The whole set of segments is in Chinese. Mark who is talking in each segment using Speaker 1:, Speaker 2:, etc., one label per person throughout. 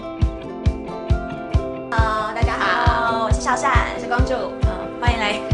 Speaker 1: 嗯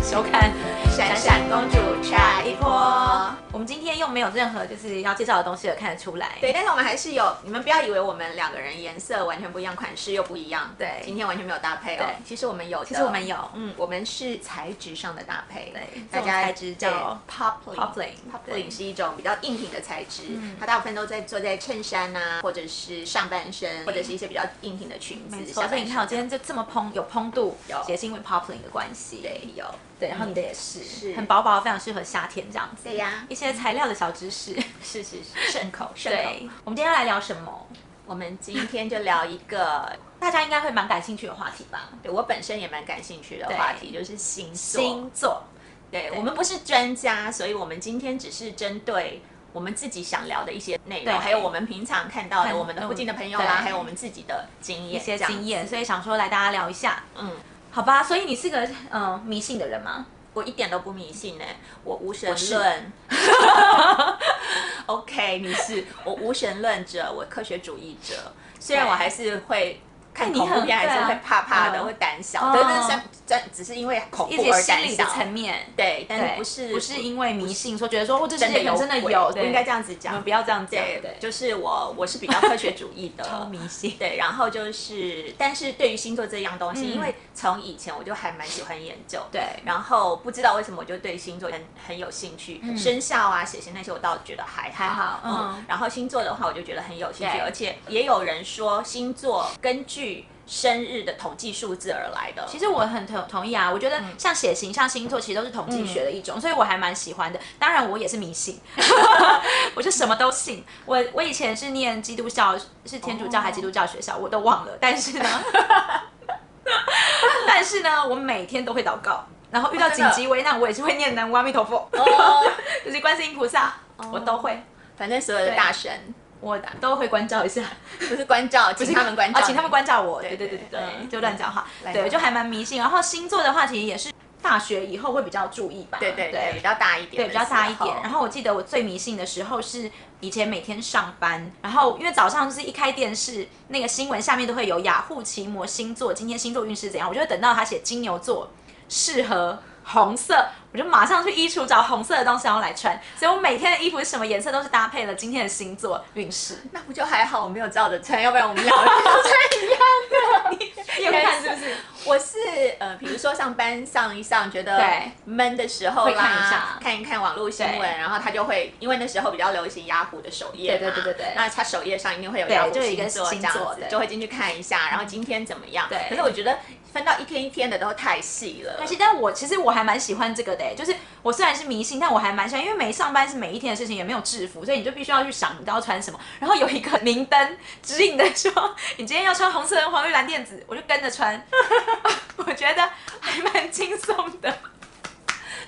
Speaker 1: 收看。
Speaker 2: 闪闪公主差一波。
Speaker 1: 我们今天又没有任何就是要介绍的东西了，看得出来。
Speaker 2: 对，但是我们还是有，你们不要以为我们两个人颜色完全不一样，款式又不一样。
Speaker 1: 对
Speaker 2: 今天完全没有搭配哦
Speaker 1: 对。
Speaker 2: 其实我们有的，
Speaker 1: 其实我们有
Speaker 2: 嗯，我们是材质上的搭配。
Speaker 1: 对
Speaker 2: 大
Speaker 1: 这种
Speaker 2: 家
Speaker 1: 材质叫
Speaker 2: poplin。
Speaker 1: poplin，对嗯
Speaker 2: poplin 是一种比较硬挺的材质，它大部分都在做在衬衫啊，或者是上半身，或者是一些比较硬挺的裙子。
Speaker 1: 没
Speaker 2: 下
Speaker 1: 错，
Speaker 2: 半
Speaker 1: 所以你看我今
Speaker 2: 身
Speaker 1: 天就这么蓬，有蓬度，
Speaker 2: 有
Speaker 1: 也是因为 poplin 的关系。
Speaker 2: 对有
Speaker 1: 对，然后你的也是，
Speaker 2: 是
Speaker 1: 很薄薄，非常适合夏天这样子。
Speaker 2: 对呀
Speaker 1: 一些材料的小知识。
Speaker 2: 是是是顺口 顺
Speaker 1: 对
Speaker 2: 口。，
Speaker 1: 我们今天要来聊什么？
Speaker 2: 我们今天就聊一个
Speaker 1: 大家应该会蛮感兴趣的话题吧？
Speaker 2: 对我本身也蛮感兴趣的
Speaker 1: 对
Speaker 2: 话题，就是星座。
Speaker 1: 星座。
Speaker 2: 对我们不是专家，所以我们今天只是针对我们自己想聊的一些内
Speaker 1: 对
Speaker 2: 容，还有我们平常看到的
Speaker 1: 看
Speaker 2: 我们的附近的朋友啦
Speaker 1: 嗯，对
Speaker 2: 还有我们自己的经
Speaker 1: 一
Speaker 2: 验，
Speaker 1: 些
Speaker 2: 这样
Speaker 1: 经验，所以想说来大家聊一下，
Speaker 2: 嗯，
Speaker 1: 好吧？所以你是个嗯、呃迷信的人吗？
Speaker 2: 我一点都不迷信呢、我无神
Speaker 1: 是
Speaker 2: 论。OK，你是我无神论者，我科学主义者。虽然
Speaker 1: 对
Speaker 2: 我还是会看
Speaker 1: 但你
Speaker 2: 恐怖
Speaker 1: 很
Speaker 2: 片，还
Speaker 1: 对
Speaker 2: 是
Speaker 1: 啊
Speaker 2: 会怕怕的，
Speaker 1: 嗯
Speaker 2: 会胆小
Speaker 1: 哦，
Speaker 2: 但是像真只是因为恐
Speaker 1: 一
Speaker 2: 怖
Speaker 1: 些
Speaker 2: 而
Speaker 1: 心
Speaker 2: 胆
Speaker 1: 理
Speaker 2: 小
Speaker 1: 的。层面，
Speaker 2: 对，但是
Speaker 1: 对
Speaker 2: 不是
Speaker 1: 不是因为迷信说觉得说哦这世
Speaker 2: 真的
Speaker 1: 界
Speaker 2: 有
Speaker 1: 有真的
Speaker 2: 鬼
Speaker 1: 有，
Speaker 2: 我应该这样子讲
Speaker 1: 讲，你们不。要这样讲，
Speaker 2: 对，
Speaker 1: 对，
Speaker 2: 就是我我是比较科学主义的，
Speaker 1: 超迷信。
Speaker 2: 对，然后就是，但是对于星座这样东西，
Speaker 1: 嗯
Speaker 2: 因为从以前我就还蛮喜欢研究，
Speaker 1: 对
Speaker 2: 然后不知道为什么我就对星座很很有兴趣，生肖啊、血型那些我倒觉得还还好，
Speaker 1: 嗯还好嗯
Speaker 2: 然后星座的话，我就觉得很有兴趣，
Speaker 1: 对
Speaker 2: 而且也有人说星座根据生日的统计数字而来的，
Speaker 1: 其实我很同同意啊，我觉
Speaker 2: 嗯
Speaker 1: 得像血型、像星座，其实都是统计学的一种，所以我还蛮喜欢的。当然，我也是 迷信，我就什么都信。我我以前是念基督教，是天主教还是基督教学校，我都忘了。但 是呢，但是呢，我每天都会祷告，然后遇
Speaker 2: 哦
Speaker 1: 到
Speaker 2: 真
Speaker 1: 紧
Speaker 2: 的
Speaker 1: 急危难，我也是会念南无阿弥陀佛，
Speaker 2: 哦，
Speaker 1: 就是观世音菩萨，我都会，
Speaker 2: 反正所有的
Speaker 1: 对
Speaker 2: 大神
Speaker 1: 我都会关照一下。
Speaker 2: 不是关照，请他们关照
Speaker 1: 啊，
Speaker 2: 你，
Speaker 1: 请他们关照我。对对
Speaker 2: 对
Speaker 1: 对
Speaker 2: 对
Speaker 1: 对，
Speaker 2: 嗯
Speaker 1: 就乱讲话，
Speaker 2: 来
Speaker 1: 对，
Speaker 2: 吧
Speaker 1: 就还蛮迷信。然后星座的话，其实也是大学以后会比较注意吧。
Speaker 2: 对对对，比
Speaker 1: 对。
Speaker 2: 较大一点，
Speaker 1: 对，比较大一点。然
Speaker 2: 后
Speaker 1: 后我记得我最迷信的时候是以前每天上班，然后因为早上就是一开电视，那个新闻下面都会有雅虎奇摩星座，今天星座运势怎样，我就会等到他写金牛座适合红色，我就马上去衣橱找红色的东西然后来穿。所以我每天的衣服是什么颜色都是搭配了今天的星座运势。
Speaker 2: 那不就还好，我没有照着穿，要不然我们两个就 穿一样。
Speaker 1: 你有看是不是？
Speaker 2: 我是呃，比如说上班上一上，觉得
Speaker 1: 对
Speaker 2: 闷的时候
Speaker 1: 会
Speaker 2: 啦，
Speaker 1: 看一下
Speaker 2: 看一看网络新闻，
Speaker 1: 对
Speaker 2: 然后他就会，因为那时候比较流行雅虎的首页嘛，
Speaker 1: 对对对对对
Speaker 2: 那他首页上一定会有
Speaker 1: 对
Speaker 2: 雅虎
Speaker 1: 就有一
Speaker 2: 星
Speaker 1: 个
Speaker 2: 座这
Speaker 1: 星
Speaker 2: 样
Speaker 1: 座
Speaker 2: 子
Speaker 1: 对，
Speaker 2: 就会进去看一下，然后今天怎么样？
Speaker 1: 对
Speaker 2: 可是我觉得分到一天一天的都太细了
Speaker 1: 但。是，但我其实我还蛮喜欢这个的、欸就是我虽然是迷信，但我还蛮喜欢，因为没上班是每一天的事情，也没有制服，所以你就必须要去想你都要穿什么。然后有一个明灯指引的说，你今天要穿红色跟黄绿蓝靛紫，我就跟着穿。我觉得还蛮轻松的，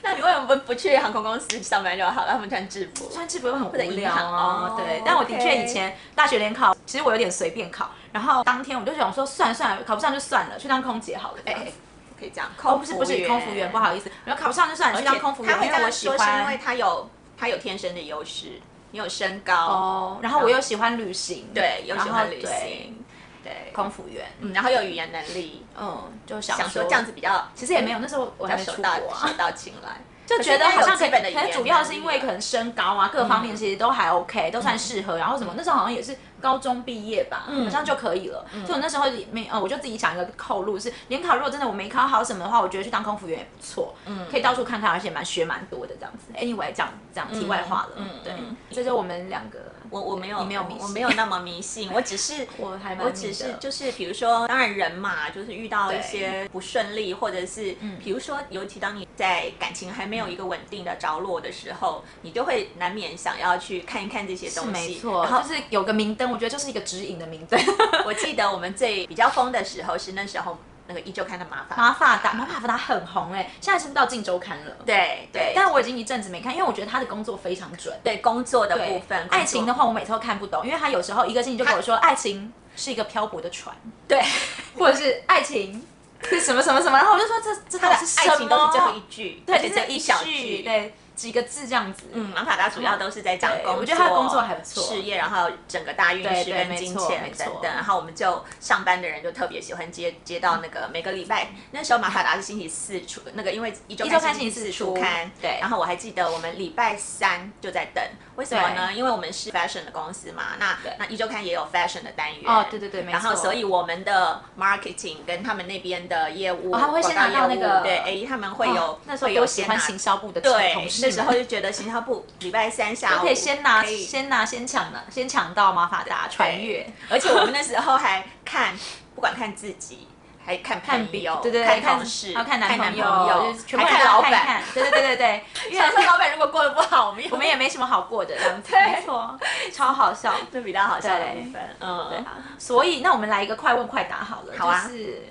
Speaker 2: 那你为什么不不去航空公司上班就好了？他们穿制 服。
Speaker 1: 穿制服又很无
Speaker 2: 者银
Speaker 1: 聊
Speaker 2: 行哦
Speaker 1: 啊。对，但我的确
Speaker 2: OK
Speaker 1: 以前大学联考，其实我有点随便考，然后当天我就想说，算了算了，考不上就算了，去当空姐好了。
Speaker 2: 哎、
Speaker 1: 哎、
Speaker 2: 哎可以这样，
Speaker 1: 哦，不是不是空服员，不好意思，然后考不上就算了，去当空服员，
Speaker 2: 他会
Speaker 1: 因
Speaker 2: 这
Speaker 1: 为我
Speaker 2: 样
Speaker 1: 喜
Speaker 2: 说，是因
Speaker 1: 欢
Speaker 2: 为。他有他有天生的优势，你有身高，
Speaker 1: 哦，然后我又喜欢旅行，
Speaker 2: 对，有喜
Speaker 1: 然后
Speaker 2: 欢旅
Speaker 1: 对
Speaker 2: 行，对，
Speaker 1: 空服员，
Speaker 2: 嗯，然后有语言能力，
Speaker 1: 嗯，就想
Speaker 2: 想
Speaker 1: 说哦
Speaker 2: 说这样，子比较
Speaker 1: 其实也没有，那时候我
Speaker 2: 比
Speaker 1: 还
Speaker 2: 较
Speaker 1: 没
Speaker 2: 手
Speaker 1: 出国
Speaker 2: 到
Speaker 1: 啊，
Speaker 2: 手到擒来，
Speaker 1: 就觉得好像
Speaker 2: 可是
Speaker 1: 可
Speaker 2: 应该有基本
Speaker 1: 以，
Speaker 2: 的语言
Speaker 1: 可
Speaker 2: 啊嗯
Speaker 1: 能主要是因为可能身高啊各方面其实都还 OK，都算适合，然后什么那时候好像也是高中毕业吧，
Speaker 2: 嗯
Speaker 1: 好像就可以了，所以我那时候也没呃，我就自己想一个扣路是联考，如果真的我没考好什么的话，我觉得去当空服员也不错，
Speaker 2: 嗯
Speaker 1: 可以到处看看，而且蛮学蛮多的这样子。Anyway，讲讲题外话了，
Speaker 2: 嗯
Speaker 1: 对
Speaker 2: 嗯，
Speaker 1: 这就是我们两个，
Speaker 2: 我我没有
Speaker 1: 你没有迷信
Speaker 2: 我没有那么迷信，我只是。
Speaker 1: 我还蛮
Speaker 2: 我
Speaker 1: 迷
Speaker 2: 只是
Speaker 1: 的
Speaker 2: 就是，比如说，当然人嘛，就是遇到
Speaker 1: 对
Speaker 2: 一些不顺利，或者是，
Speaker 1: 嗯
Speaker 2: 比如说，尤其当你在感情还没有一个稳定的着落的时候，你就会难免想要去看一看这些
Speaker 1: 是
Speaker 2: 东西。
Speaker 1: 没错，
Speaker 2: 然后
Speaker 1: 就是有个明灯，我觉得就是一个指引的明 灯。
Speaker 2: 我记得我们最比较疯的时候是那时候那个依旧看的麻烦，
Speaker 1: 马法达，马法达很红哎、现在是不是到《镜周刊》了？
Speaker 2: 对对，
Speaker 1: 但我已经一阵子没看，因为我觉得他的工作非常准。
Speaker 2: 对工作的
Speaker 1: 对
Speaker 2: 部分，
Speaker 1: 爱情的
Speaker 2: 工
Speaker 1: 话我每次都看不懂，因为他有时候一个星期就跟我说，爱情是一个漂泊的船，
Speaker 2: 作对，
Speaker 1: 或者是爱情是什么什么什么，然后我就说这这
Speaker 2: 他
Speaker 1: 到
Speaker 2: 的
Speaker 1: 底是什么哦
Speaker 2: 爱情都是最后一句，
Speaker 1: 对，
Speaker 2: 就
Speaker 1: 就是是
Speaker 2: 一小句，
Speaker 1: 对。几个字这样子。
Speaker 2: 嗯，玛卡达主要都是在讲
Speaker 1: 对
Speaker 2: 工作，
Speaker 1: 我觉得他的工作还不错
Speaker 2: 事业，然后整个大运
Speaker 1: 对
Speaker 2: 势
Speaker 1: 对
Speaker 2: 跟
Speaker 1: 没
Speaker 2: 金
Speaker 1: 错
Speaker 2: 钱
Speaker 1: 没错
Speaker 2: 等等。然后我们就上班的人就特别喜欢接接到那个每个礼拜，那时候玛卡达是星期四出那个，因为一周
Speaker 1: 一周刊
Speaker 2: 星期
Speaker 1: 星期四
Speaker 2: 出
Speaker 1: 出
Speaker 2: 刊，
Speaker 1: 对
Speaker 2: 然后我还记得我们礼拜三就在等，为什么呢？因为我们是 fashion 的公司嘛，那
Speaker 1: 对
Speaker 2: 那一周刊也有 fashion 的单元
Speaker 1: 哦对对对没
Speaker 2: 然后
Speaker 1: 错
Speaker 2: 所以我们的 marketing 跟他们那边的业务，
Speaker 1: 哦他们会
Speaker 2: 广
Speaker 1: 先
Speaker 2: 告
Speaker 1: 拿到
Speaker 2: 业务
Speaker 1: 那个
Speaker 2: 对，哎，他们会
Speaker 1: 哦
Speaker 2: 有
Speaker 1: 那时候
Speaker 2: 会
Speaker 1: 多
Speaker 2: 有
Speaker 1: 喜
Speaker 2: 先
Speaker 1: 欢
Speaker 2: 拿
Speaker 1: 行销部的
Speaker 2: 对
Speaker 1: 同，事
Speaker 2: 那
Speaker 1: 们
Speaker 2: 时候就觉得行销部礼拜三下午
Speaker 1: 可以先拿
Speaker 2: 可以
Speaker 1: 先拿先抢的，先抢到马法达穿越，
Speaker 2: 而且我们那时候还看，不管看自己，还看
Speaker 1: 看
Speaker 2: 朋
Speaker 1: 比
Speaker 2: 友，
Speaker 1: 对对对，
Speaker 2: 看
Speaker 1: 看
Speaker 2: 同事，
Speaker 1: 还有看男朋
Speaker 2: 友，
Speaker 1: 就是全部
Speaker 2: 还看
Speaker 1: 人都要
Speaker 2: 老
Speaker 1: 看一
Speaker 2: 板。
Speaker 1: 看，对对对 对对，因为
Speaker 2: 想说老板如果过得不好，我们也
Speaker 1: 我们也没什么好过的这样子，
Speaker 2: 对
Speaker 1: 没错，超好笑。
Speaker 2: 这比较好笑的
Speaker 1: 对
Speaker 2: 部分，嗯，
Speaker 1: 对啊，所以那我们来一个快问快答好了，
Speaker 2: 好啊
Speaker 1: 就是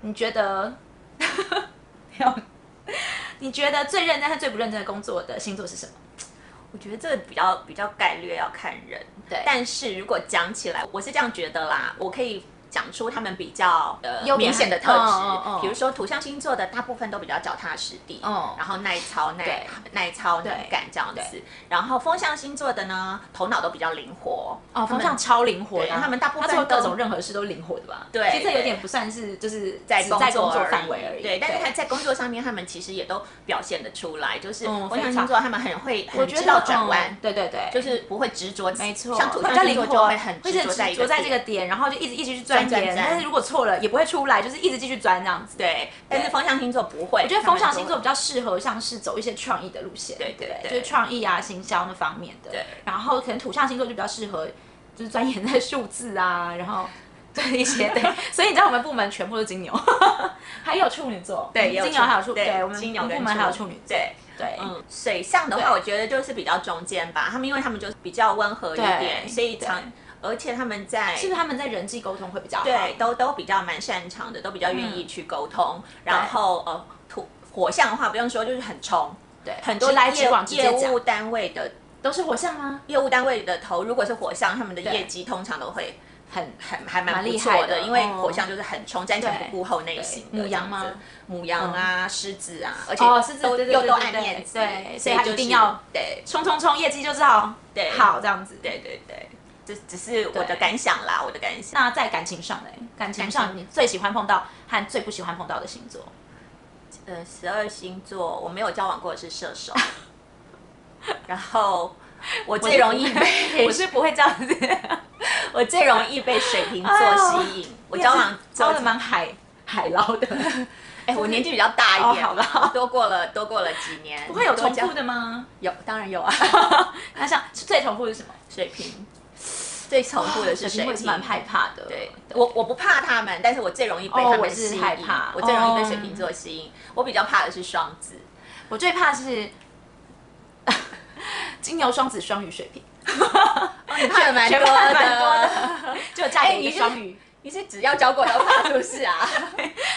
Speaker 1: 你觉得， 你觉得最认真和最不认真的工作的星座是什么？
Speaker 2: 我觉得这个比较比较概率要看人，
Speaker 1: 对
Speaker 2: 但是如果讲起来，我是这样觉得啦，我可以。讲出他们比较呃
Speaker 1: 优点
Speaker 2: 明显的特质，
Speaker 1: 嗯嗯嗯
Speaker 2: 比如说土象星座的大部分都比较脚踏实地，
Speaker 1: 嗯
Speaker 2: 然后耐操耐
Speaker 1: 对
Speaker 2: 耐操
Speaker 1: 对
Speaker 2: 能干这样子。然后风象星座的呢，头脑都比较灵活
Speaker 1: 哦，风象超灵活的啊、
Speaker 2: 对他们大部分
Speaker 1: 他做
Speaker 2: 都
Speaker 1: 各种任何事都灵活的吧？
Speaker 2: 对
Speaker 1: 其实这有点不算是就是
Speaker 2: 在
Speaker 1: 只
Speaker 2: 工
Speaker 1: 在
Speaker 2: 作
Speaker 1: 工作
Speaker 2: 而已
Speaker 1: 范围而已。
Speaker 2: 对，但是他在工作上面，他们其实也都表现得出来，就是
Speaker 1: 嗯
Speaker 2: 风象
Speaker 1: 非
Speaker 2: 星
Speaker 1: 常
Speaker 2: 座他们很会
Speaker 1: 我
Speaker 2: 很
Speaker 1: 觉
Speaker 2: 知
Speaker 1: 得
Speaker 2: 道转弯，
Speaker 1: 嗯对对对，
Speaker 2: 就是不会执着，
Speaker 1: 没错，
Speaker 2: 像土
Speaker 1: 比
Speaker 2: 象
Speaker 1: 较
Speaker 2: 星
Speaker 1: 灵
Speaker 2: 座
Speaker 1: 活，
Speaker 2: 就会很
Speaker 1: 会
Speaker 2: 执着在一
Speaker 1: 执
Speaker 2: 个
Speaker 1: 着在这
Speaker 2: 点
Speaker 1: 个点，然后就一直一直去钻
Speaker 2: 钻
Speaker 1: 研，
Speaker 2: 钻
Speaker 1: 但是如果错了也不会出来，就是一直继续钻这样子。
Speaker 2: 对，但是风象星座不会。
Speaker 1: 我觉得风象星座
Speaker 2: 他们
Speaker 1: 比较适合像是走一些创意的路线，
Speaker 2: 对对对
Speaker 1: 就是创意啊、行销那方面的。
Speaker 2: 对，
Speaker 1: 然后可能土象星座就比较适合就是钻研在数字啊，然后 对一些对，所以你知道我们部门全部都是金牛， 还有处女座，
Speaker 2: 都对，也有
Speaker 1: 金牛还有处，
Speaker 2: 对
Speaker 1: 对，我们
Speaker 2: 金牛
Speaker 1: 我们
Speaker 2: 跟
Speaker 1: 部门还有处女座，
Speaker 2: 对。
Speaker 1: 对，
Speaker 2: 嗯，水象的话，
Speaker 1: 对
Speaker 2: 我觉得就是比较中间吧。他们因为他们就是比较温和一
Speaker 1: 对
Speaker 2: 点，所以
Speaker 1: 对
Speaker 2: 常而且他们在
Speaker 1: 是不是他们在人际沟通会比较好？
Speaker 2: 对都都比较蛮擅长的，都比较愿意去沟通。然
Speaker 1: 嗯对
Speaker 2: 后呃，土火象的话不用说，就是很冲，
Speaker 1: 对，
Speaker 2: 很多
Speaker 1: 直来
Speaker 2: 业
Speaker 1: 直往直
Speaker 2: 业
Speaker 1: 接讲
Speaker 2: 务，单位的
Speaker 1: 都是火象啊，
Speaker 2: 业务单位的头，如果是火象，他们的
Speaker 1: 对
Speaker 2: 业绩通常都会
Speaker 1: 很
Speaker 2: 很还蛮
Speaker 1: 蛮
Speaker 2: 不
Speaker 1: 厉
Speaker 2: 错
Speaker 1: 害
Speaker 2: 的，
Speaker 1: 的
Speaker 2: 因为
Speaker 1: 哦
Speaker 2: 火象就是很冲，瞻前
Speaker 1: 对
Speaker 2: 不顾后内心的
Speaker 1: 母羊吗嗯
Speaker 2: 这样子母羊啊，狮子啊，而
Speaker 1: 哦
Speaker 2: 且
Speaker 1: 狮子
Speaker 2: 都
Speaker 1: 对对对
Speaker 2: 又都
Speaker 1: 对对
Speaker 2: 爱
Speaker 1: 对
Speaker 2: 面子，所
Speaker 1: 对所
Speaker 2: 以
Speaker 1: 以他
Speaker 2: 就是
Speaker 1: 一定要
Speaker 2: 对
Speaker 1: 冲冲冲，业绩就是好，
Speaker 2: 对
Speaker 1: 好这样子，
Speaker 2: 对对对，这只是我的感想 啦，我的感想。
Speaker 1: 那在感情上嘞，感情
Speaker 2: 感
Speaker 1: 上
Speaker 2: 情
Speaker 1: 你最喜欢碰到和最不喜欢碰到的星座，
Speaker 2: 呃，十二星座我没有交往过的是射 手，然后我最容易被
Speaker 1: 我是不会这样子，
Speaker 2: 我最容易被水瓶座
Speaker 1: 哎呦
Speaker 2: 吸引，我交往
Speaker 1: 招
Speaker 2: 交
Speaker 1: 的蛮海 海 捞的，
Speaker 2: 哎，我年纪比较大一点，
Speaker 1: 哦好吧
Speaker 2: 多过了多过了几年，
Speaker 1: 不会有重复
Speaker 2: 的，
Speaker 1: 的吗？
Speaker 2: 有当然有啊。
Speaker 1: 那像最重复是什么？
Speaker 2: 水瓶，最重复的是水
Speaker 1: 我也
Speaker 2: 瓶，
Speaker 1: 是蛮害怕的，
Speaker 2: 对我我不怕他们，但是我最容易被他
Speaker 1: 哦我
Speaker 2: 们
Speaker 1: 是
Speaker 2: 吸引。
Speaker 1: 害怕
Speaker 2: 我最容易被
Speaker 1: 哦
Speaker 2: 水瓶座吸引。我比较怕的是双子，
Speaker 1: 我最怕是 金牛、双子、双鱼、水瓶，
Speaker 2: 你怕的 蛮
Speaker 1: 全
Speaker 2: 多
Speaker 1: 部还 蛮
Speaker 2: 的。
Speaker 1: 多的，就嫁给
Speaker 2: 哎
Speaker 1: 一
Speaker 2: 你
Speaker 1: 个
Speaker 2: 是
Speaker 1: 双鱼，
Speaker 2: 你是只要交过都怕，是不是啊？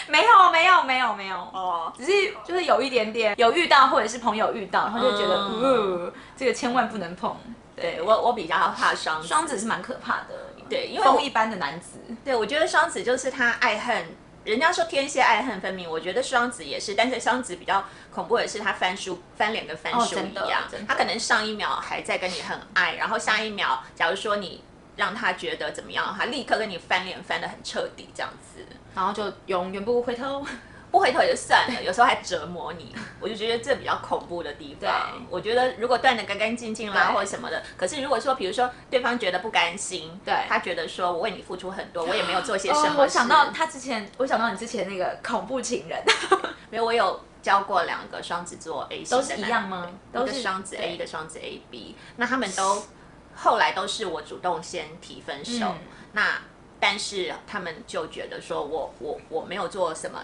Speaker 1: 没有没有没有没有。
Speaker 2: 哦，
Speaker 1: 只是就是有一点点有遇到，或者是朋友遇到，然后就觉得，
Speaker 2: 嗯
Speaker 1: 嗯、这个千万不能碰。
Speaker 2: 对我我比较怕双子，
Speaker 1: 双子是蛮可怕的，
Speaker 2: 对因为我
Speaker 1: 风一般的男子，
Speaker 2: 对我觉得双子就是他爱恨。人家说天蝎爱恨分明，我觉得双子也是，但是双子比较恐怖的是他翻书翻脸跟翻
Speaker 1: 哦
Speaker 2: 书
Speaker 1: 真
Speaker 2: 一
Speaker 1: 的
Speaker 2: 样，
Speaker 1: 真的
Speaker 2: 他可能上一秒还在跟你很爱，然后下一秒，假如说你让他觉得怎么样，他立刻跟你翻脸翻得很彻底，这样子
Speaker 1: 然后就永远不回 头。
Speaker 2: 不回头也就算 了，有时候还折磨你，我就觉得这比较恐怖的地方
Speaker 1: 对。
Speaker 2: 我觉得如果断得干干净净啦，
Speaker 1: 对
Speaker 2: 或者什么的，可是如果说比如说对方觉得不甘心，
Speaker 1: 对
Speaker 2: 他觉得说我为你付出很多，我也没有做些什么
Speaker 1: 哦
Speaker 2: 事，，
Speaker 1: 我想到他之前，我想到你之前那个恐怖 情人，
Speaker 2: 没有，我有交过两个双子座 A 型
Speaker 1: 都
Speaker 2: 的
Speaker 1: 是
Speaker 2: 男
Speaker 1: 一样吗？
Speaker 2: 一
Speaker 1: 都
Speaker 2: 个
Speaker 1: 是
Speaker 2: 双子 A，
Speaker 1: 对
Speaker 2: 一个双子 AB，那他们都后来都是我主动先提分手，
Speaker 1: 嗯
Speaker 2: 那但是他们就觉得说我我我没有做什么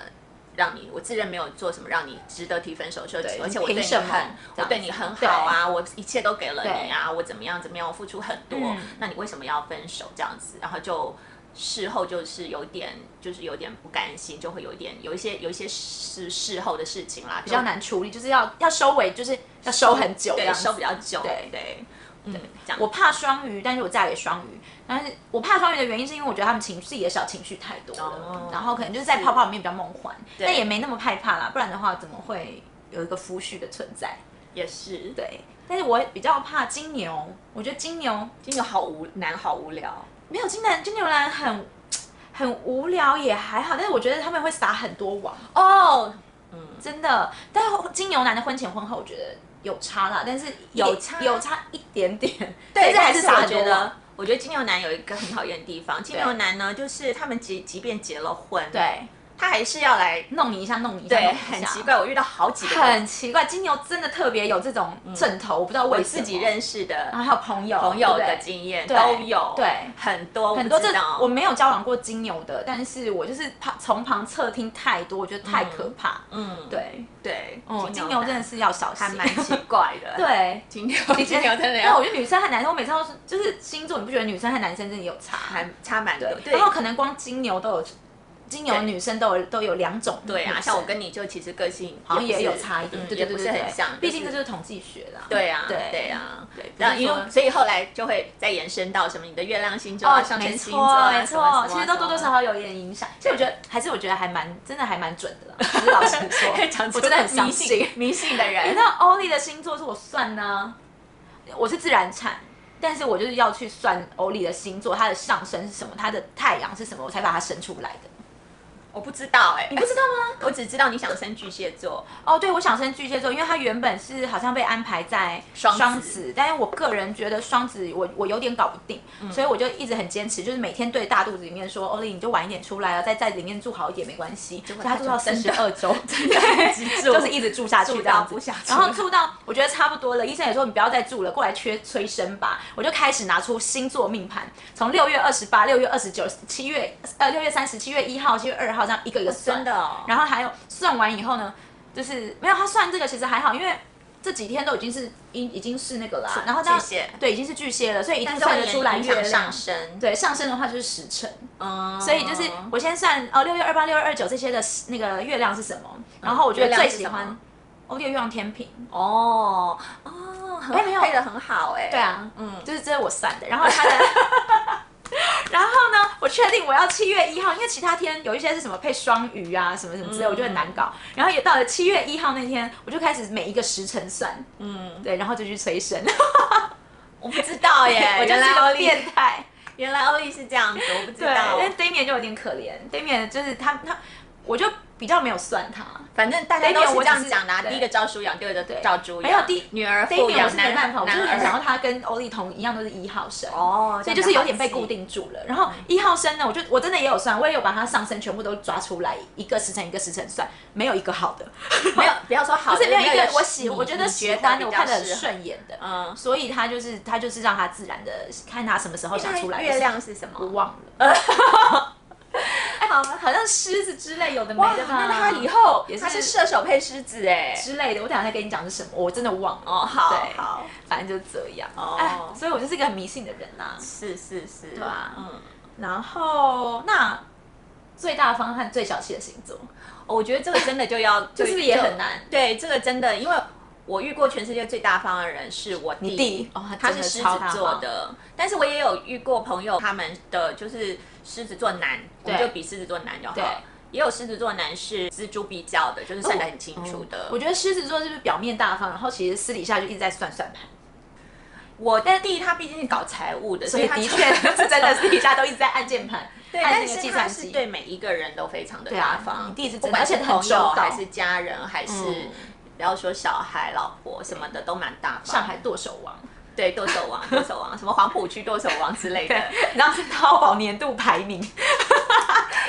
Speaker 2: 让你，我自认没有做什么让你值得提分手的事情，
Speaker 1: 对
Speaker 2: 而且我对你
Speaker 1: 凭什么
Speaker 2: 很
Speaker 1: 这
Speaker 2: 我
Speaker 1: 样
Speaker 2: 对
Speaker 1: 子
Speaker 2: 你很好啊，我一切都给了你啊，我怎么样怎么样，我付出很多，
Speaker 1: 嗯
Speaker 2: 那你为什么要分手这样子？然后就。事后就是有点，就是有点不甘心，就会有点有一些有一些事事后的事情啦，
Speaker 1: 比较难处理，就是要要收尾，就是要收很久这
Speaker 2: 对，
Speaker 1: 样子
Speaker 2: 收比较久，
Speaker 1: 对
Speaker 2: 对，嗯，这样
Speaker 1: 我怕双鱼，但是我嫁给双鱼，但是我怕双鱼的原因是因为我觉得他们情自己的小情绪太多了，
Speaker 2: 哦
Speaker 1: 然后可能就是在泡泡里面比较梦幻，
Speaker 2: 对
Speaker 1: 但也没那么害怕啦，不然的话怎么会有一个夫婿的存在？
Speaker 2: 也是，
Speaker 1: 对，但是我比较怕金牛，我觉得金牛
Speaker 2: 金牛好无男，好无聊。
Speaker 1: 没有金男金牛男很很无聊也还好，但是我觉得他们会撒很多网，
Speaker 2: 哦，
Speaker 1: 真的。但是金牛男的婚前婚后，我觉得有差啦，但是一
Speaker 2: 有
Speaker 1: 点
Speaker 2: 差
Speaker 1: 有差一点点，
Speaker 2: 对，
Speaker 1: 但是还
Speaker 2: 但是
Speaker 1: 撒
Speaker 2: 我
Speaker 1: 很多
Speaker 2: 觉得
Speaker 1: 网。，
Speaker 2: 我觉得金牛男有一个很讨厌的地方，金牛男呢，就是他们即即便结了婚，，
Speaker 1: 对，
Speaker 2: 他还是要来，
Speaker 1: 弄你一下，弄你一下，
Speaker 2: 对，
Speaker 1: 弄你一
Speaker 2: 很
Speaker 1: 下
Speaker 2: 奇，怪，我遇到好几个
Speaker 1: 很奇怪。金牛真的特别有这种阵头，我不知道
Speaker 2: 嗯我
Speaker 1: 为什么
Speaker 2: 自己，认识的
Speaker 1: 然后还有朋友
Speaker 2: 朋友
Speaker 1: 对不
Speaker 2: 的
Speaker 1: 对
Speaker 2: 经验
Speaker 1: 对
Speaker 2: 都有，
Speaker 1: 对
Speaker 2: 很多
Speaker 1: 很多
Speaker 2: 这
Speaker 1: 这我没有交往过金牛的，但是我就是旁从旁侧听太多，我觉得太可怕。
Speaker 2: 嗯，
Speaker 1: 对，
Speaker 2: 对，
Speaker 1: 哦，金牛真的
Speaker 2: 是
Speaker 1: 是要 小心
Speaker 2: 还。蛮奇怪的，，
Speaker 1: 对，
Speaker 2: 金牛
Speaker 1: 以
Speaker 2: 金
Speaker 1: 前
Speaker 2: 牛真的
Speaker 1: 但我
Speaker 2: 要
Speaker 1: 觉得女生和男生，我每次都是就是星座，你不觉得女生和男生真的有差？
Speaker 2: 还差蛮多
Speaker 1: 对，，
Speaker 2: 对
Speaker 1: 然后可能光金牛都有，金牛
Speaker 2: 对
Speaker 1: 女生都有都有两种女生。
Speaker 2: 对啊，像我跟你就其实个性
Speaker 1: 好像
Speaker 2: 不
Speaker 1: 也
Speaker 2: 是
Speaker 1: 有差异，
Speaker 2: 嗯
Speaker 1: 对
Speaker 2: 也
Speaker 1: 对
Speaker 2: 不
Speaker 1: 对
Speaker 2: 是
Speaker 1: 对
Speaker 2: 很
Speaker 1: 对，
Speaker 2: 像，
Speaker 1: 毕竟
Speaker 2: 就
Speaker 1: 这
Speaker 2: 是
Speaker 1: 就是统计学啦。
Speaker 2: 对啊，
Speaker 1: 对
Speaker 2: 对啊，
Speaker 1: 对不是
Speaker 2: 然后因
Speaker 1: 说
Speaker 2: 为所以后来就会再延伸到什么你的月亮星座啊、上升
Speaker 1: 哦没
Speaker 2: 星座啊
Speaker 1: 错，没
Speaker 2: 什么什么啊
Speaker 1: 错，其实都多多
Speaker 2: 什么
Speaker 1: 少少有点影响。其实我觉得，还是我觉得还蛮，真的还蛮准的啦。其实老实说
Speaker 2: 讲，出
Speaker 1: 我真的很相
Speaker 2: 迷
Speaker 1: 信
Speaker 2: 信。迷信的
Speaker 1: 你
Speaker 2: 人
Speaker 1: 知，道欧丽的星座是我算呢，我是自然产，但是我就是要去算欧丽的星座，她的上升是什么，她的太阳是什么，我才把她生出来的。
Speaker 2: 我不知道哎，
Speaker 1: 你不知道吗？
Speaker 2: 我只知道你想生巨蟹 座，
Speaker 1: 哦，对，我想生巨蟹座，因为他原本是好像被安排在
Speaker 2: 双子
Speaker 1: 但是我个人觉得双子我我有点搞不定，
Speaker 2: 嗯
Speaker 1: 所以我就一直很坚持，就是每天对大肚子里面说，欧丽你就晚一点出来啊，再在里面住好一点没关系。所以他住到 三
Speaker 2: 真
Speaker 1: 十
Speaker 2: 的
Speaker 1: 二周，
Speaker 2: 一直
Speaker 1: 对，
Speaker 2: 住
Speaker 1: 就是一直住下去
Speaker 2: 住
Speaker 1: 这样
Speaker 2: 到
Speaker 1: 子
Speaker 2: 不想，住
Speaker 1: 然后住到我觉得差不多了，医生也说你不要再住了，过来缺催生吧，我就开始拿出星座命盘，从六月二十八、六月二十九、七月呃六月三十、七月一号、七月二号这样一个一个算
Speaker 2: 真的哦
Speaker 1: 然后还有算完以后呢，就是没有他算这个其实还好，因为这几天都已经是已已经是那个啦，啊然后到
Speaker 2: 巨蟹
Speaker 1: 对已经是巨蟹了，所以一定
Speaker 2: 但
Speaker 1: 算得出来
Speaker 2: 会
Speaker 1: 月
Speaker 2: 影响
Speaker 1: 亮
Speaker 2: 上。升，
Speaker 1: 对上升的话就是时辰，
Speaker 2: 嗯，
Speaker 1: 所以就是我先算哦六月二八、六月二九这些的那个月亮是什么，然后我觉
Speaker 2: 月
Speaker 1: 得
Speaker 2: 亮
Speaker 1: 最
Speaker 2: 是
Speaker 1: 喜
Speaker 2: 什么
Speaker 1: 欢欧弟的月亮天平，
Speaker 2: 哦哦，很
Speaker 1: 哎没有
Speaker 2: 配的很好哎，
Speaker 1: 对啊，
Speaker 2: 嗯
Speaker 1: 嗯，就是这是我算的，然后 他的。然后呢，我确定我要七月一号，因为其他天有一些是什么配双鱼啊，什么什么之类，我就很
Speaker 2: 嗯
Speaker 1: 难搞。然后也到了七月一号那天，我就开始每一个时辰算，
Speaker 2: 嗯，
Speaker 1: 对，然后就去催生。
Speaker 2: 我不知道耶，
Speaker 1: 我就
Speaker 2: 原
Speaker 1: 是
Speaker 2: 来欧
Speaker 1: 个
Speaker 2: 丽，
Speaker 1: 变态。
Speaker 2: 原来欧丽是这样子，我不知
Speaker 1: 对，
Speaker 2: 道
Speaker 1: 因，为 Damian 就有点可怜，Damian 就是他他，我就比较没有算他。
Speaker 2: 反正大家都是这样讲的、啊，
Speaker 1: 对
Speaker 2: 第一个照书养，第二个
Speaker 1: 对
Speaker 2: 照猪养，
Speaker 1: 没有第
Speaker 2: 女儿富
Speaker 1: Damian 我
Speaker 2: 养
Speaker 1: 是没
Speaker 2: 男
Speaker 1: 办法，我就是
Speaker 2: 男
Speaker 1: 很
Speaker 2: 儿
Speaker 1: 想要他跟欧丽彤一样都是一号 生。
Speaker 2: 哦，
Speaker 1: 所以就是有点被固。定住了。
Speaker 2: 嗯
Speaker 1: 然后一号生呢，我就我真的也有算，我也有把它上升全部都抓出来，一个时辰一个时辰算，没有一个好的，
Speaker 2: 没有，不要说好
Speaker 1: 不
Speaker 2: 的，
Speaker 1: 是没有一个我喜，
Speaker 2: 你
Speaker 1: 我觉
Speaker 2: 你
Speaker 1: 得
Speaker 2: 喜
Speaker 1: 学
Speaker 2: 欢
Speaker 1: 单
Speaker 2: 比
Speaker 1: 的，我
Speaker 2: 较
Speaker 1: 看得很
Speaker 2: 适合。
Speaker 1: 顺眼的，
Speaker 2: 嗯，
Speaker 1: 所以他就是他就是让他自然的看他什么时候想出来。
Speaker 2: 月亮是什
Speaker 1: 我
Speaker 2: 么？
Speaker 1: 忘了，哎，好好像狮子之类有的没的吧？
Speaker 2: 啊那他以后
Speaker 1: 也是
Speaker 2: 他是射手配狮子哎。
Speaker 1: 之类的，我等一下再跟你讲是什么，我真的忘了。
Speaker 2: 哦，好
Speaker 1: 欸对
Speaker 2: 好，
Speaker 1: 反正就是这样。
Speaker 2: 哦
Speaker 1: 哎，所以我就是一个很迷信的人啦、
Speaker 2: 是是是，对
Speaker 1: 啊
Speaker 2: 嗯，
Speaker 1: 然后那最大方和最小气的星座，
Speaker 2: 我觉得这个真的就 要，
Speaker 1: 这是不是也很难？
Speaker 2: 对，这个真的，因为我遇过全世界最大方的人是我弟，
Speaker 1: 你弟哦他
Speaker 2: 他
Speaker 1: 真
Speaker 2: 是
Speaker 1: 的
Speaker 2: 狮子
Speaker 1: 超大
Speaker 2: 座
Speaker 1: 方
Speaker 2: 的，但是我也有遇过朋友，他们的就是狮子座男，我们
Speaker 1: 对
Speaker 2: 就比狮子座男就
Speaker 1: 对
Speaker 2: 好。也有狮子座男是锱铢必较的，就是算得很清楚的。
Speaker 1: 我觉得狮子座是不是表面大方，然后其实私底下就一直在算算盘，
Speaker 2: 我但弟他毕竟是搞财务的，所
Speaker 1: 所以
Speaker 2: 他
Speaker 1: 的 确是真的私底下都一直在按键盘，
Speaker 2: 对，
Speaker 1: 按
Speaker 2: 但
Speaker 1: 那个
Speaker 2: 是
Speaker 1: 计
Speaker 2: 他
Speaker 1: 算
Speaker 2: 是
Speaker 1: 机。
Speaker 2: 对每一个人都非常的
Speaker 1: 对啊
Speaker 2: 大方，
Speaker 1: 你弟是真的
Speaker 2: 不管是
Speaker 1: 而且很
Speaker 2: 朋
Speaker 1: 周
Speaker 2: 友
Speaker 1: 到
Speaker 2: 还是家人，还是
Speaker 1: 嗯
Speaker 2: 不要说小孩、老婆什么的都蛮大方。
Speaker 1: 上海剁手王，
Speaker 2: 对剁手王、剁手王，什么黄浦区剁手王之类的。
Speaker 1: 然后是淘宝年度排名，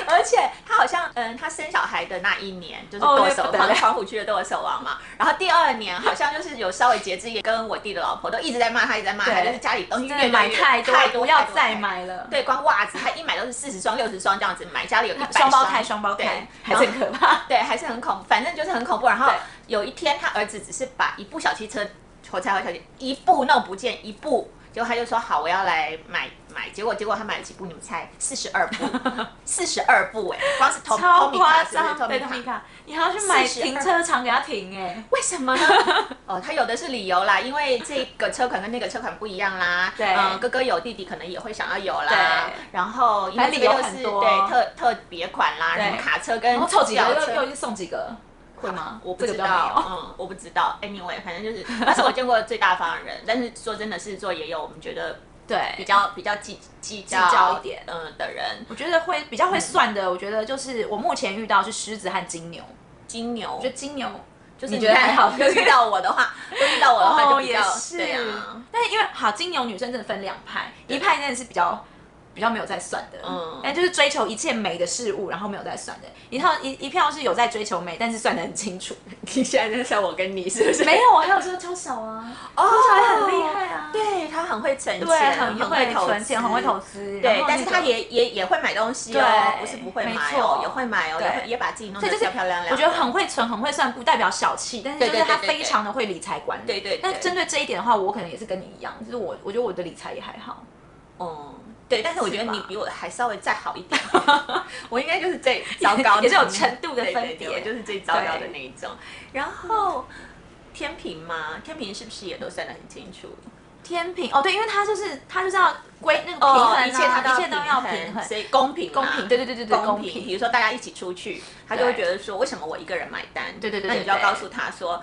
Speaker 2: 而且他好像，嗯，他生小孩的那一年就是
Speaker 1: 哦
Speaker 2: 剁
Speaker 1: 那
Speaker 2: 手
Speaker 1: 不得
Speaker 2: 王，
Speaker 1: 了
Speaker 2: 黄浦区的剁手王嘛。然后第二年好像就是有稍微节制一点，跟我弟的老婆都一直在骂他，一直在骂他，
Speaker 1: 对
Speaker 2: 就是家里东西
Speaker 1: 真
Speaker 2: 越
Speaker 1: 的买
Speaker 2: 太
Speaker 1: 太
Speaker 2: 多，
Speaker 1: 多，
Speaker 2: 太多
Speaker 1: 不要
Speaker 2: 太多
Speaker 1: 再买了。
Speaker 2: 对，光袜子他一买都是四十双、六十双这样子买，家里有一百
Speaker 1: 双胞胎，双胞胎还是很可怕。
Speaker 2: 对，还是很恐怖，反正就是很恐怖。然后
Speaker 1: 对
Speaker 2: 有一天，他儿子只是把一部小汽车，火柴盒小姐一部弄不见一部，结果他就说好，我要来买买。结果结果他买了几部？你们猜？四十二 部，四十二部哎、光是投
Speaker 1: 超夸张，
Speaker 2: 投
Speaker 1: 对，
Speaker 2: 米
Speaker 1: 托
Speaker 2: 卡
Speaker 1: 米。卡，你还要去买
Speaker 2: 42
Speaker 1: 停车场给他停哎、
Speaker 2: 为什么呢？ 哦，他有的是理由啦，因为这个车款跟那个车款不一样啦。
Speaker 1: 对
Speaker 2: 嗯，哥哥有，弟弟可能也会想要有啦
Speaker 1: 对。
Speaker 2: 然后因为
Speaker 1: 反
Speaker 2: 这
Speaker 1: 正理
Speaker 2: 个
Speaker 1: 由
Speaker 2: 又
Speaker 1: 很
Speaker 2: 是
Speaker 1: 多
Speaker 2: 对特特别款啦，
Speaker 1: 对
Speaker 2: 什么卡车
Speaker 1: 然
Speaker 2: 跟
Speaker 1: 后凑几个
Speaker 2: 轿车
Speaker 1: 又又送几个，会吗？
Speaker 2: 我不
Speaker 1: 啊这
Speaker 2: 知
Speaker 1: 个比较没有
Speaker 2: 道，嗯，我不知道。Anyway，反正就是他是我见过最大方的人，但是说真的，狮子座也有我们觉得比
Speaker 1: 对，
Speaker 2: 较比较计计较
Speaker 1: 计较一点
Speaker 2: 嗯的人。
Speaker 1: 我觉得会比较会算的，我觉得就是我目前遇到是狮子和金牛，
Speaker 2: 金牛
Speaker 1: 我觉得金牛
Speaker 2: 就是
Speaker 1: 你觉得还好
Speaker 2: 就遇到我的话，就遇到我的
Speaker 1: 哦
Speaker 2: 话就比较、对啊，
Speaker 1: 但是因为好，金牛女生真的分两派，一派真的是比较比较没有在算的，
Speaker 2: 嗯
Speaker 1: 嗯，但就是追求一切美的事物，然后没有在算的，一套一一票是有在追求美，但是算的很清 楚，
Speaker 2: 你现在在说我跟你是不是？
Speaker 1: 没有，我还有说秋手啊，
Speaker 2: 哦，
Speaker 1: 他很厉害啊
Speaker 2: 对他很会存钱，
Speaker 1: 对，
Speaker 2: 很
Speaker 1: 很
Speaker 2: 会
Speaker 1: 会
Speaker 2: 投
Speaker 1: 存
Speaker 2: 资
Speaker 1: 钱，很会投。资，然
Speaker 2: 对，
Speaker 1: 后
Speaker 2: 但是
Speaker 1: 那
Speaker 2: 他
Speaker 1: 个
Speaker 2: 也也也会买东西哦，
Speaker 1: 对
Speaker 2: 不是不会
Speaker 1: 没
Speaker 2: 买哦
Speaker 1: 错，
Speaker 2: 也会买哦，也
Speaker 1: 对
Speaker 2: 会也把自己弄
Speaker 1: 所
Speaker 2: 得
Speaker 1: 以就是
Speaker 2: 漂漂亮亮的。
Speaker 1: 我觉得很会存，很会算，不代表小气，但是
Speaker 2: 对
Speaker 1: 就是
Speaker 2: 对对
Speaker 1: 他
Speaker 2: 对对
Speaker 1: 非常的会理财管理。
Speaker 2: 对对对
Speaker 1: 但针对这一点的话，我可能也是跟你一样，就是我我觉得我的理财也还好。
Speaker 2: 哦，对，但是我觉
Speaker 1: 是
Speaker 2: 得
Speaker 1: 吧
Speaker 2: 你比我还稍微再好一 点，我应该就是最糟糕的那一种，
Speaker 1: 也是有程度的分
Speaker 2: 对对对
Speaker 1: 别
Speaker 2: 我就是最糟糕的那一种。然后天平嘛，天平是不是也都算得很清楚？
Speaker 1: 天平哦，对，因为他就是他就是要归那个平衡、
Speaker 2: 哦
Speaker 1: 啊，
Speaker 2: 一切他
Speaker 1: 一切都要
Speaker 2: 平
Speaker 1: 平衡，
Speaker 2: 所以公平嘛
Speaker 1: 公平，对对对对对，
Speaker 2: 公
Speaker 1: 公
Speaker 2: 平，
Speaker 1: 平，
Speaker 2: 比如说大家一起出去，他就会
Speaker 1: 对
Speaker 2: 觉得说，为什么我一个人买单？
Speaker 1: 对对对
Speaker 2: 那
Speaker 1: 对
Speaker 2: 你就要
Speaker 1: 对
Speaker 2: 告诉他说，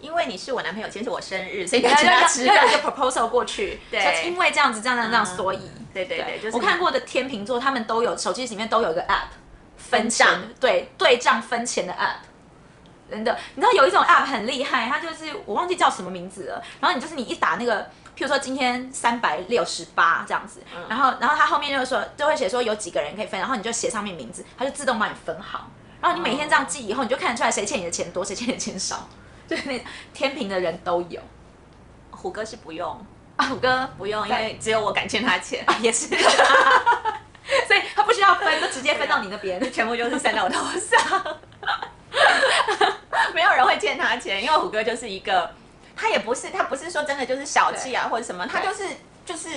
Speaker 2: 因为你是我男朋友，今天是我生日， 所以你
Speaker 1: 然
Speaker 2: 要
Speaker 1: 后
Speaker 2: 请他
Speaker 1: 就
Speaker 2: 吃
Speaker 1: 要要有一
Speaker 2: 饭。
Speaker 1: 个 proposal 过去，
Speaker 2: 对
Speaker 1: 说因为这样子这样这样这样，所以
Speaker 2: 对对对，就是
Speaker 1: 我看过的天秤座，他们都有手机里面都有一个 app 分
Speaker 2: 账
Speaker 1: 钱，对对账分钱的 app。真的，你知道有一种 app 很厉害，它就是我忘记叫什么名字了。然后你就是你一打那个，譬如说今天三百六十八这样子，
Speaker 2: 嗯
Speaker 1: 然后然后它后面就说就会写说有几个人可以分，然后你就写上面名字，它就自动帮你分好。然后你每天这样记以后，你就看得出来谁欠你的钱多，谁欠你的钱少。 就是那天平的人都有
Speaker 2: 虎哥是不用
Speaker 1: 啊，五哥
Speaker 2: 不用，因为只有我敢欠他钱，
Speaker 1: 啊也是， 所以他不需要分，就直接分到你那边。
Speaker 2: 全部就是算在我头上，没有人会欠他钱，因为虎哥就是一个，他也不是他不是说真的就是小气啊或者什么，他就是就是。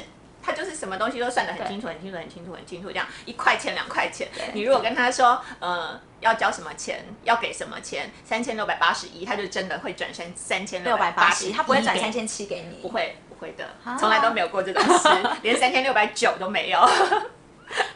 Speaker 2: 他就是什么东西都算得很
Speaker 1: 对
Speaker 2: 清楚、很清楚、很清楚、很清楚，这样一块钱、两块钱
Speaker 1: 对，
Speaker 2: 你如果跟他说，呃，要交什么钱，要给什么钱，三千六百八十一，他就真的会转三三千
Speaker 1: 六
Speaker 2: 六百
Speaker 1: 百八
Speaker 2: 八
Speaker 1: 十，
Speaker 2: 十，
Speaker 1: 他不会转三，千七给你，
Speaker 2: 不
Speaker 1: 不。
Speaker 2: 会不会的
Speaker 1: 啊，
Speaker 2: 从来都没有过这种事，连三千六百九都 没有，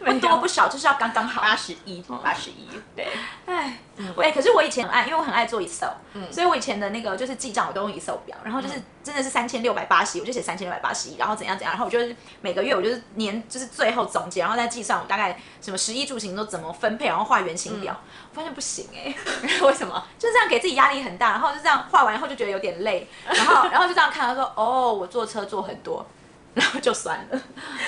Speaker 1: 不多不少，就是要刚刚好。
Speaker 2: 八十一，八十一，对。嗯
Speaker 1: 哎，喂、可是我以前很爱，因为我很爱做 Excel，、所以我以前的那个就是记账，我都用 Excel 表，然后
Speaker 2: 嗯
Speaker 1: 就是真的是三千六百八十，我就写三千六百八十一，然后怎样怎样，然后我就是每个月我就是年就是最后总结，然后再计算我大概什么十一住行都怎么分配，然后画圆形表，
Speaker 2: 嗯
Speaker 1: 我发现不行哎、
Speaker 2: 为什么？
Speaker 1: 就这样给自己压力很大，然后就这样画完以后就觉得有点累，然后然后就这样看，他说哦，我坐车坐很多， 然后就算了，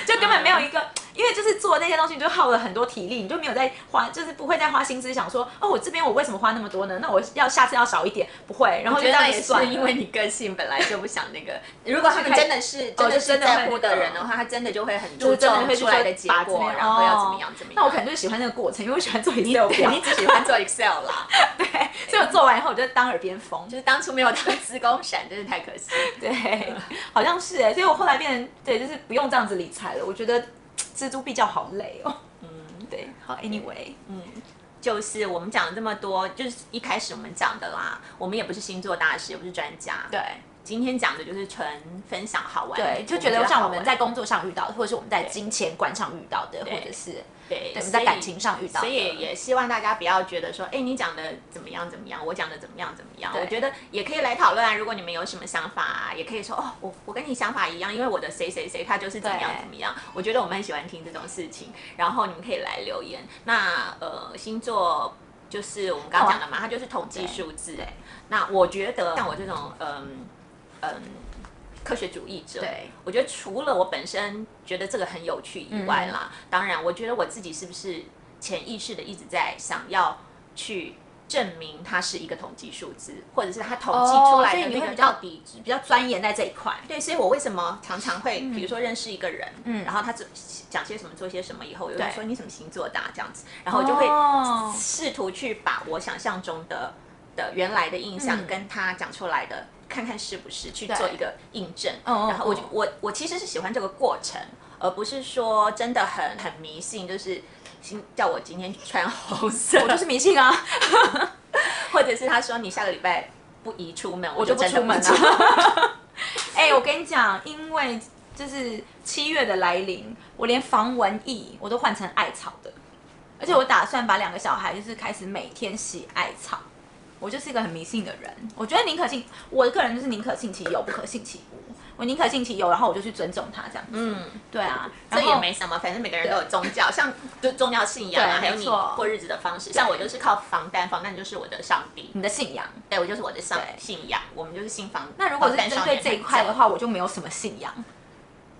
Speaker 1: 就根本没有一
Speaker 2: 啊
Speaker 1: 个，因为就是做那些东西，你就耗了很多体力，你就没有在花，就是不会再花心思想说哦，我这边我为什么花那么多呢？那我要下次要少一点，不会，然
Speaker 2: 我
Speaker 1: 后就
Speaker 2: 觉得
Speaker 1: 这样
Speaker 2: 那
Speaker 1: 子
Speaker 2: 也是
Speaker 1: 算了
Speaker 2: 因为你个性本来就不想那个。 如果他们真的是真
Speaker 1: 哦
Speaker 2: 的
Speaker 1: 就是真的
Speaker 2: 在
Speaker 1: 会
Speaker 2: 乎
Speaker 1: 那个
Speaker 2: 的人哦的话，他真的就会很
Speaker 1: 就
Speaker 2: 注
Speaker 1: 是真的
Speaker 2: 重
Speaker 1: 会去
Speaker 2: 出
Speaker 1: 说
Speaker 2: 来的结
Speaker 1: 把这
Speaker 2: 果，
Speaker 1: 边
Speaker 2: 然后要
Speaker 1: 哦
Speaker 2: 怎么样怎么样。
Speaker 1: 那我可能就是喜欢那个过程，因为我喜欢做 Excel
Speaker 2: 对
Speaker 1: 表
Speaker 2: 你，只喜欢做 Excel 啦，
Speaker 1: 所以我做完以后我就当耳边风
Speaker 2: 就。是当初没有当施工闪，真是太可惜。
Speaker 1: 对， 好像是哎，所以我后来变成对，就是不用这样子理财了。我觉得蜘蛛比较好累哦。嗯，对，好，anyway，
Speaker 2: 就是我们讲了这么多，就是一开始我们讲的啦，我们也不是星座大师，也不是专家，
Speaker 1: 对
Speaker 2: 今天讲的就是纯分享好玩，
Speaker 1: 对，就觉得像我们在
Speaker 2: 好玩
Speaker 1: 工作上遇到的，或者是我们在金钱观上遇到的，
Speaker 2: 对
Speaker 1: 或者是
Speaker 2: 对
Speaker 1: 我们
Speaker 2: 所
Speaker 1: 在
Speaker 2: 以
Speaker 1: 感情上遇到的，
Speaker 2: 所以也希望大家不要觉得说，哎、你讲的怎么样怎么样，我讲的怎么样怎么样。
Speaker 1: 对
Speaker 2: 我觉得也可以来讨论啊，如果你们有什么想法、啊，也可以说哦，我我跟你想法一样，因为我的谁谁谁他就是怎么样
Speaker 1: 对
Speaker 2: 怎么样。我觉得我们很喜欢听这种事情，然后你们可以来留言。那呃，星座。就是我们刚刚讲的
Speaker 1: 哦
Speaker 2: 嘛，它就是统计数字。那我觉得像我这种嗯嗯科学主义者，
Speaker 1: 对
Speaker 2: 我觉得除了我本身觉得这个很有趣以
Speaker 1: 嗯
Speaker 2: 外啦，当然我觉得我自己是不是潜意识的一直在想要去证明它是一个统计数字，或者是它统计出来
Speaker 1: 哦所以
Speaker 2: 的
Speaker 1: 你
Speaker 2: 那
Speaker 1: 会
Speaker 2: 个
Speaker 1: 比较
Speaker 2: 到底
Speaker 1: 比较钻研在这一块。
Speaker 2: 对，所以我为什么常常会，
Speaker 1: 嗯
Speaker 2: 比如说认识一个人，嗯，然后他做讲些什么，做些什么，以后我就会
Speaker 1: 对
Speaker 2: 说你什么星座的、啊、这样子，然后我就会
Speaker 1: 哦
Speaker 2: 试图去把我想象中的的原来的印象
Speaker 1: 嗯
Speaker 2: 跟他讲出来的，看看是不是去做一个印证。
Speaker 1: 嗯嗯
Speaker 2: 然后我就
Speaker 1: 嗯
Speaker 2: 我我其实是喜欢这个过程，而不是说真的很很迷信，就是。星叫我今天穿红色，
Speaker 1: 我就是迷信啊，
Speaker 2: 或者是他说你下个礼拜不宜出门，
Speaker 1: 我就不
Speaker 2: 真的
Speaker 1: 出门啊
Speaker 2: 出门
Speaker 1: 了。哎、我跟你讲，因为就是七月的来临，我连防蚊液我都换成艾草的，而且我打算把两个小孩就是开始每天洗艾草，我就是一个很迷信的人，我觉得宁可信，我个人就是宁可信其有，不可信其无。我宁可信其有，然后我就去尊重他这样子。
Speaker 2: 嗯，
Speaker 1: 对啊，
Speaker 2: 这
Speaker 1: 然
Speaker 2: 也
Speaker 1: 后
Speaker 2: 没什么，反正每个人都有宗教，像就宗教信仰啊，
Speaker 1: 对
Speaker 2: 还有你
Speaker 1: 没错
Speaker 2: 过日子的方式。像我就是靠防弹，防弹就是我的上帝，
Speaker 1: 你的信仰。
Speaker 2: 对我就是我的上
Speaker 1: 对
Speaker 2: 信仰，我们就是信防。
Speaker 1: 那如果是
Speaker 2: 防弹
Speaker 1: 针
Speaker 2: 少
Speaker 1: 对
Speaker 2: 年
Speaker 1: 这一
Speaker 2: 很
Speaker 1: 块
Speaker 2: 久
Speaker 1: 的，话，我就没有什么信 仰，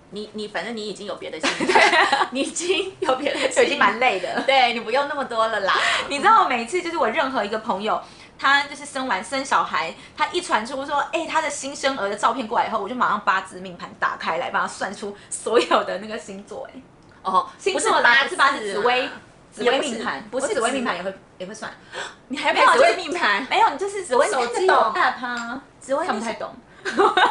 Speaker 2: 你你反正你已经有别的 信仰，你已经有别 的
Speaker 1: 就
Speaker 2: 信
Speaker 1: 已经蛮 累的。
Speaker 2: 对你不用那么多了啦。
Speaker 1: 你知道我每次就是我任何一个朋友，他就是生完生小孩，他一传出说，哎、他的新生儿的照片过来以后，我就马上八字命盘打开来，帮他算出所有的那个星座、哎，
Speaker 2: 哦，
Speaker 1: 星
Speaker 2: 不是
Speaker 1: 座啦
Speaker 2: 八
Speaker 1: 不是八字，紫微，紫
Speaker 2: 也
Speaker 1: 微
Speaker 2: 不是
Speaker 1: 命盘，
Speaker 2: 不
Speaker 1: 我
Speaker 2: 是
Speaker 1: 紫微
Speaker 2: 紫
Speaker 1: 命盘也会也会算，你
Speaker 2: 还
Speaker 1: 还没
Speaker 2: 没有
Speaker 1: 有
Speaker 2: 紫
Speaker 1: 就
Speaker 2: 微
Speaker 1: 是
Speaker 2: 命盘，
Speaker 1: 没有，你就是紫微
Speaker 2: 手
Speaker 1: 看
Speaker 2: 机
Speaker 1: 得懂
Speaker 2: 有
Speaker 1: app 啊，
Speaker 2: 紫微
Speaker 1: 看不
Speaker 2: 命
Speaker 1: 太
Speaker 2: 盘
Speaker 1: 懂。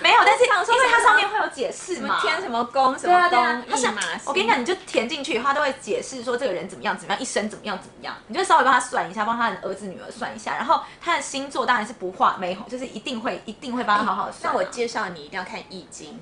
Speaker 1: 没有，但是
Speaker 2: 想说
Speaker 1: 因为它
Speaker 2: 什么
Speaker 1: 上面会有解释
Speaker 2: 什么
Speaker 1: 嘛。
Speaker 2: 天什么宫什
Speaker 1: 对啊
Speaker 2: 么
Speaker 1: 对啊，
Speaker 2: 东
Speaker 1: 它
Speaker 2: 驿
Speaker 1: 像
Speaker 2: 嘛。
Speaker 1: 我跟你讲，你就填进去以后，它都会解释说这个人怎么样怎么样，一生怎么样怎么样，你就稍微帮他算一下，帮他的儿子女儿算一下，然后他的星座当然是不画没，就是一定会一定会帮他好好算
Speaker 2: 哎那
Speaker 1: 啊。
Speaker 2: 我介绍你一定要看《易经》。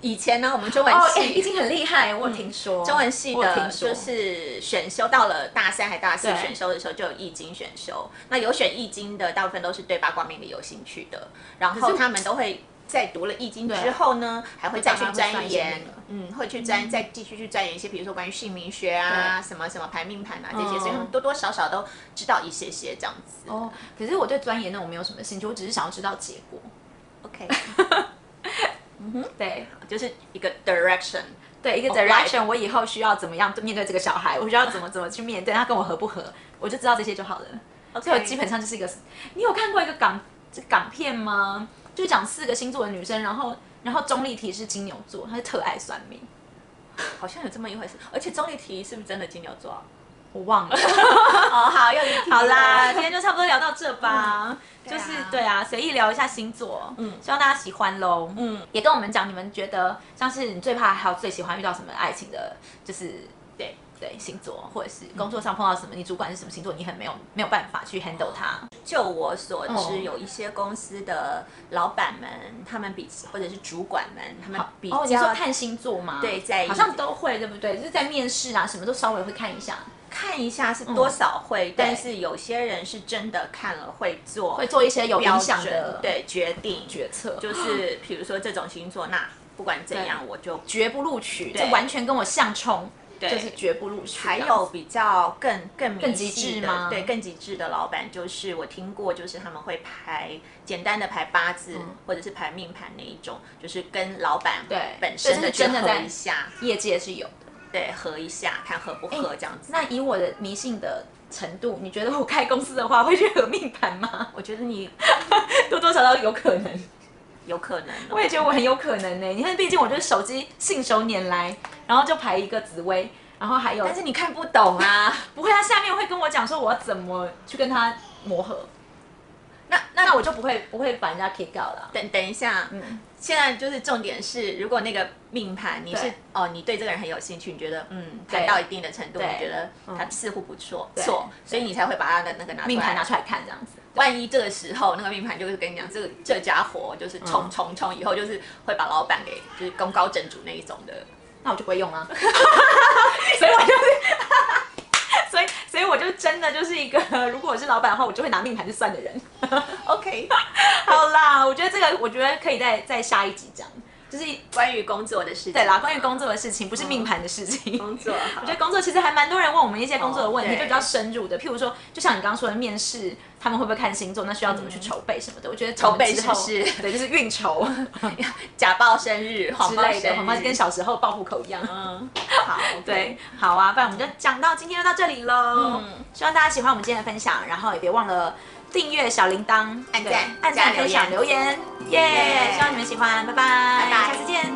Speaker 2: 以前呢，我们 中文
Speaker 1: 哦，哎，
Speaker 2: 系、
Speaker 1: 已经很厉害，我有听
Speaker 2: 嗯
Speaker 1: 说
Speaker 2: 中文系
Speaker 1: 我有
Speaker 2: 的
Speaker 1: 听说
Speaker 2: 就是选修到了大三还大四
Speaker 1: 对
Speaker 2: 选修的时候就有易经选修，那有选易经的大部分都是对八卦命理有兴趣的，然
Speaker 1: 可
Speaker 2: 后
Speaker 1: 是
Speaker 2: 他们都会。在读了易经
Speaker 1: 对啊
Speaker 2: 之后呢，还会再去
Speaker 1: 就大家会
Speaker 2: 钻
Speaker 1: 钻研
Speaker 2: 研
Speaker 1: 那个，
Speaker 2: 嗯，会去钻，再继续去钻研一些，比如说关于姓名学啊，什么什么排命盘啊这些，所以他们
Speaker 1: 嗯
Speaker 2: 多多少少都知道一些些这样子。
Speaker 1: 哦。可是我对钻研那种没有什么兴趣，我只是想要知道结果。
Speaker 2: OK，
Speaker 1: 对
Speaker 2: 就是一个 direction，
Speaker 1: 对，
Speaker 2: 哦
Speaker 1: 一个 direction，我以后需要怎么样面对这个小孩，我需要怎么怎么去面对他跟我合不合，我就知道这些就好了。所以我基本上就是一个，你有看过一个港港片吗？就讲四个星座的女生，然后然后钟丽缇是金牛座，她是特爱算命，
Speaker 2: 好像有这么一回事。而且钟丽缇是不是真的金牛座啊？
Speaker 1: 我 忘了。
Speaker 2: 哦，好，又离题了
Speaker 1: 好 啦，今天就差不多聊到这吧，
Speaker 2: 对
Speaker 1: 就
Speaker 2: 啊
Speaker 1: 是对啊，随意聊一下星座，嗯
Speaker 2: 嗯，
Speaker 1: 希望大家喜欢喽，嗯，
Speaker 2: 嗯，
Speaker 1: 也跟我们讲你们觉得像是你最怕还有最喜欢遇到什么爱情的，就是。
Speaker 2: 对。
Speaker 1: 对星座，或者是工作上碰到什么，你主管是什么星座，你很没有没有办法去 handle 它。
Speaker 2: 就我所
Speaker 1: 哦
Speaker 2: 知，有一些公司的老板们，他们比或者是主管们，他们比
Speaker 1: 哦，你说
Speaker 2: 较
Speaker 1: 看星座吗？
Speaker 2: 对在意
Speaker 1: 好像都会，对不对？就是在面试啊，什么都稍微会看一下，
Speaker 2: 看一下是多少会，但
Speaker 1: 对
Speaker 2: 是有些人是真的看了会做
Speaker 1: 会做一些有
Speaker 2: 标
Speaker 1: 影
Speaker 2: 准
Speaker 1: 响的
Speaker 2: 对决定，
Speaker 1: 决策，
Speaker 2: 就是比如说这种星座，那不管怎样我就
Speaker 1: 绝不录取，
Speaker 2: 对
Speaker 1: 这完全跟我相冲，
Speaker 2: 对
Speaker 1: 就是绝不录取。
Speaker 2: 还
Speaker 1: 这样
Speaker 2: 有
Speaker 1: 子
Speaker 2: 比较更更
Speaker 1: 更
Speaker 2: 更
Speaker 1: 极致吗
Speaker 2: 对，更极致的老板，就是我听过，就是他们会排简单的排八字、
Speaker 1: 嗯
Speaker 2: 或者是排命盘那一种，就是跟老板
Speaker 1: 对
Speaker 2: 本身
Speaker 1: 对
Speaker 2: 的
Speaker 1: 就是真
Speaker 2: 去
Speaker 1: 的
Speaker 2: 合
Speaker 1: 在
Speaker 2: 一下，
Speaker 1: 业界是有的。
Speaker 2: 对，合一下看合不合这样子。
Speaker 1: 那以我的迷信的程度，你觉得我开公司的话会去合命盘吗？
Speaker 2: 我觉得你
Speaker 1: 多多少少有可能。
Speaker 2: 有可能哦、
Speaker 1: 我也觉得我很有可能呢、你看，毕竟我就是手机信手拈来，然后就排一个紫薇，然后还有，
Speaker 2: 但是你看不懂啊。
Speaker 1: 不会，他下面会跟我讲说我要怎么去跟他磨合，
Speaker 2: 那那
Speaker 1: 那我就不会不会把人家 kick out 了。
Speaker 2: 等等一下，
Speaker 1: 嗯
Speaker 2: 现在就是重点是，如果那个命盘你是
Speaker 1: 对
Speaker 2: 哦，你对这个人很有兴趣，你觉得嗯，
Speaker 1: 对
Speaker 2: 谈到一定的程度，
Speaker 1: 对
Speaker 2: 你觉得他
Speaker 1: 嗯
Speaker 2: 似乎不错，
Speaker 1: 对
Speaker 2: 错，所以你才会把他的那个拿出来
Speaker 1: 命盘拿出来看这样子。
Speaker 2: 万一这个时候那个命盘就是跟你讲，这个这家伙就是冲
Speaker 1: 嗯
Speaker 2: 冲冲，以后就是会把老板给就是功高震主那一种的。
Speaker 1: 那我就不会用啊。 所以我就是， 所以所以我就真的就是一个，如果我是老板的话，我就会拿命盘去算的人。
Speaker 2: OK，
Speaker 1: 好啦，我觉得这个我觉得可以再再下一集讲，就是
Speaker 2: 关于工作的事情，
Speaker 1: 对啦，关于工作的事情，不是命盘的事情。
Speaker 2: 工作，
Speaker 1: 我
Speaker 2: 我
Speaker 1: 哦觉得工作其实还蛮多人问我们一些工作的问题，
Speaker 2: 哦对
Speaker 1: 就比较深入的，譬如说，就像你刚刚说的面试，他们会不会看星座，那需要怎么去筹备什么的。我觉得筹
Speaker 2: 备
Speaker 1: 之后，
Speaker 2: 是不 是
Speaker 1: 对，就是运筹
Speaker 2: 假报生日、谎
Speaker 1: 之
Speaker 2: 报
Speaker 1: 类
Speaker 2: 生
Speaker 1: 的，
Speaker 2: 日，
Speaker 1: 恐怕跟小时候报户口一样。啊
Speaker 2: 嗯，好，
Speaker 1: 对，，好啊，不然我们就讲到今天就到这里喽。
Speaker 2: 嗯
Speaker 1: 希望大家喜欢我们今天的分享，然后也别忘了订阅小铃铛、
Speaker 2: 按赞
Speaker 1: 对按
Speaker 2: 加
Speaker 1: 赞、
Speaker 2: 留
Speaker 1: 分享、
Speaker 2: 言
Speaker 1: 留言，耶、
Speaker 2: 耶
Speaker 1: 希望你们喜欢，拜拜，
Speaker 2: 拜拜
Speaker 1: 下次见。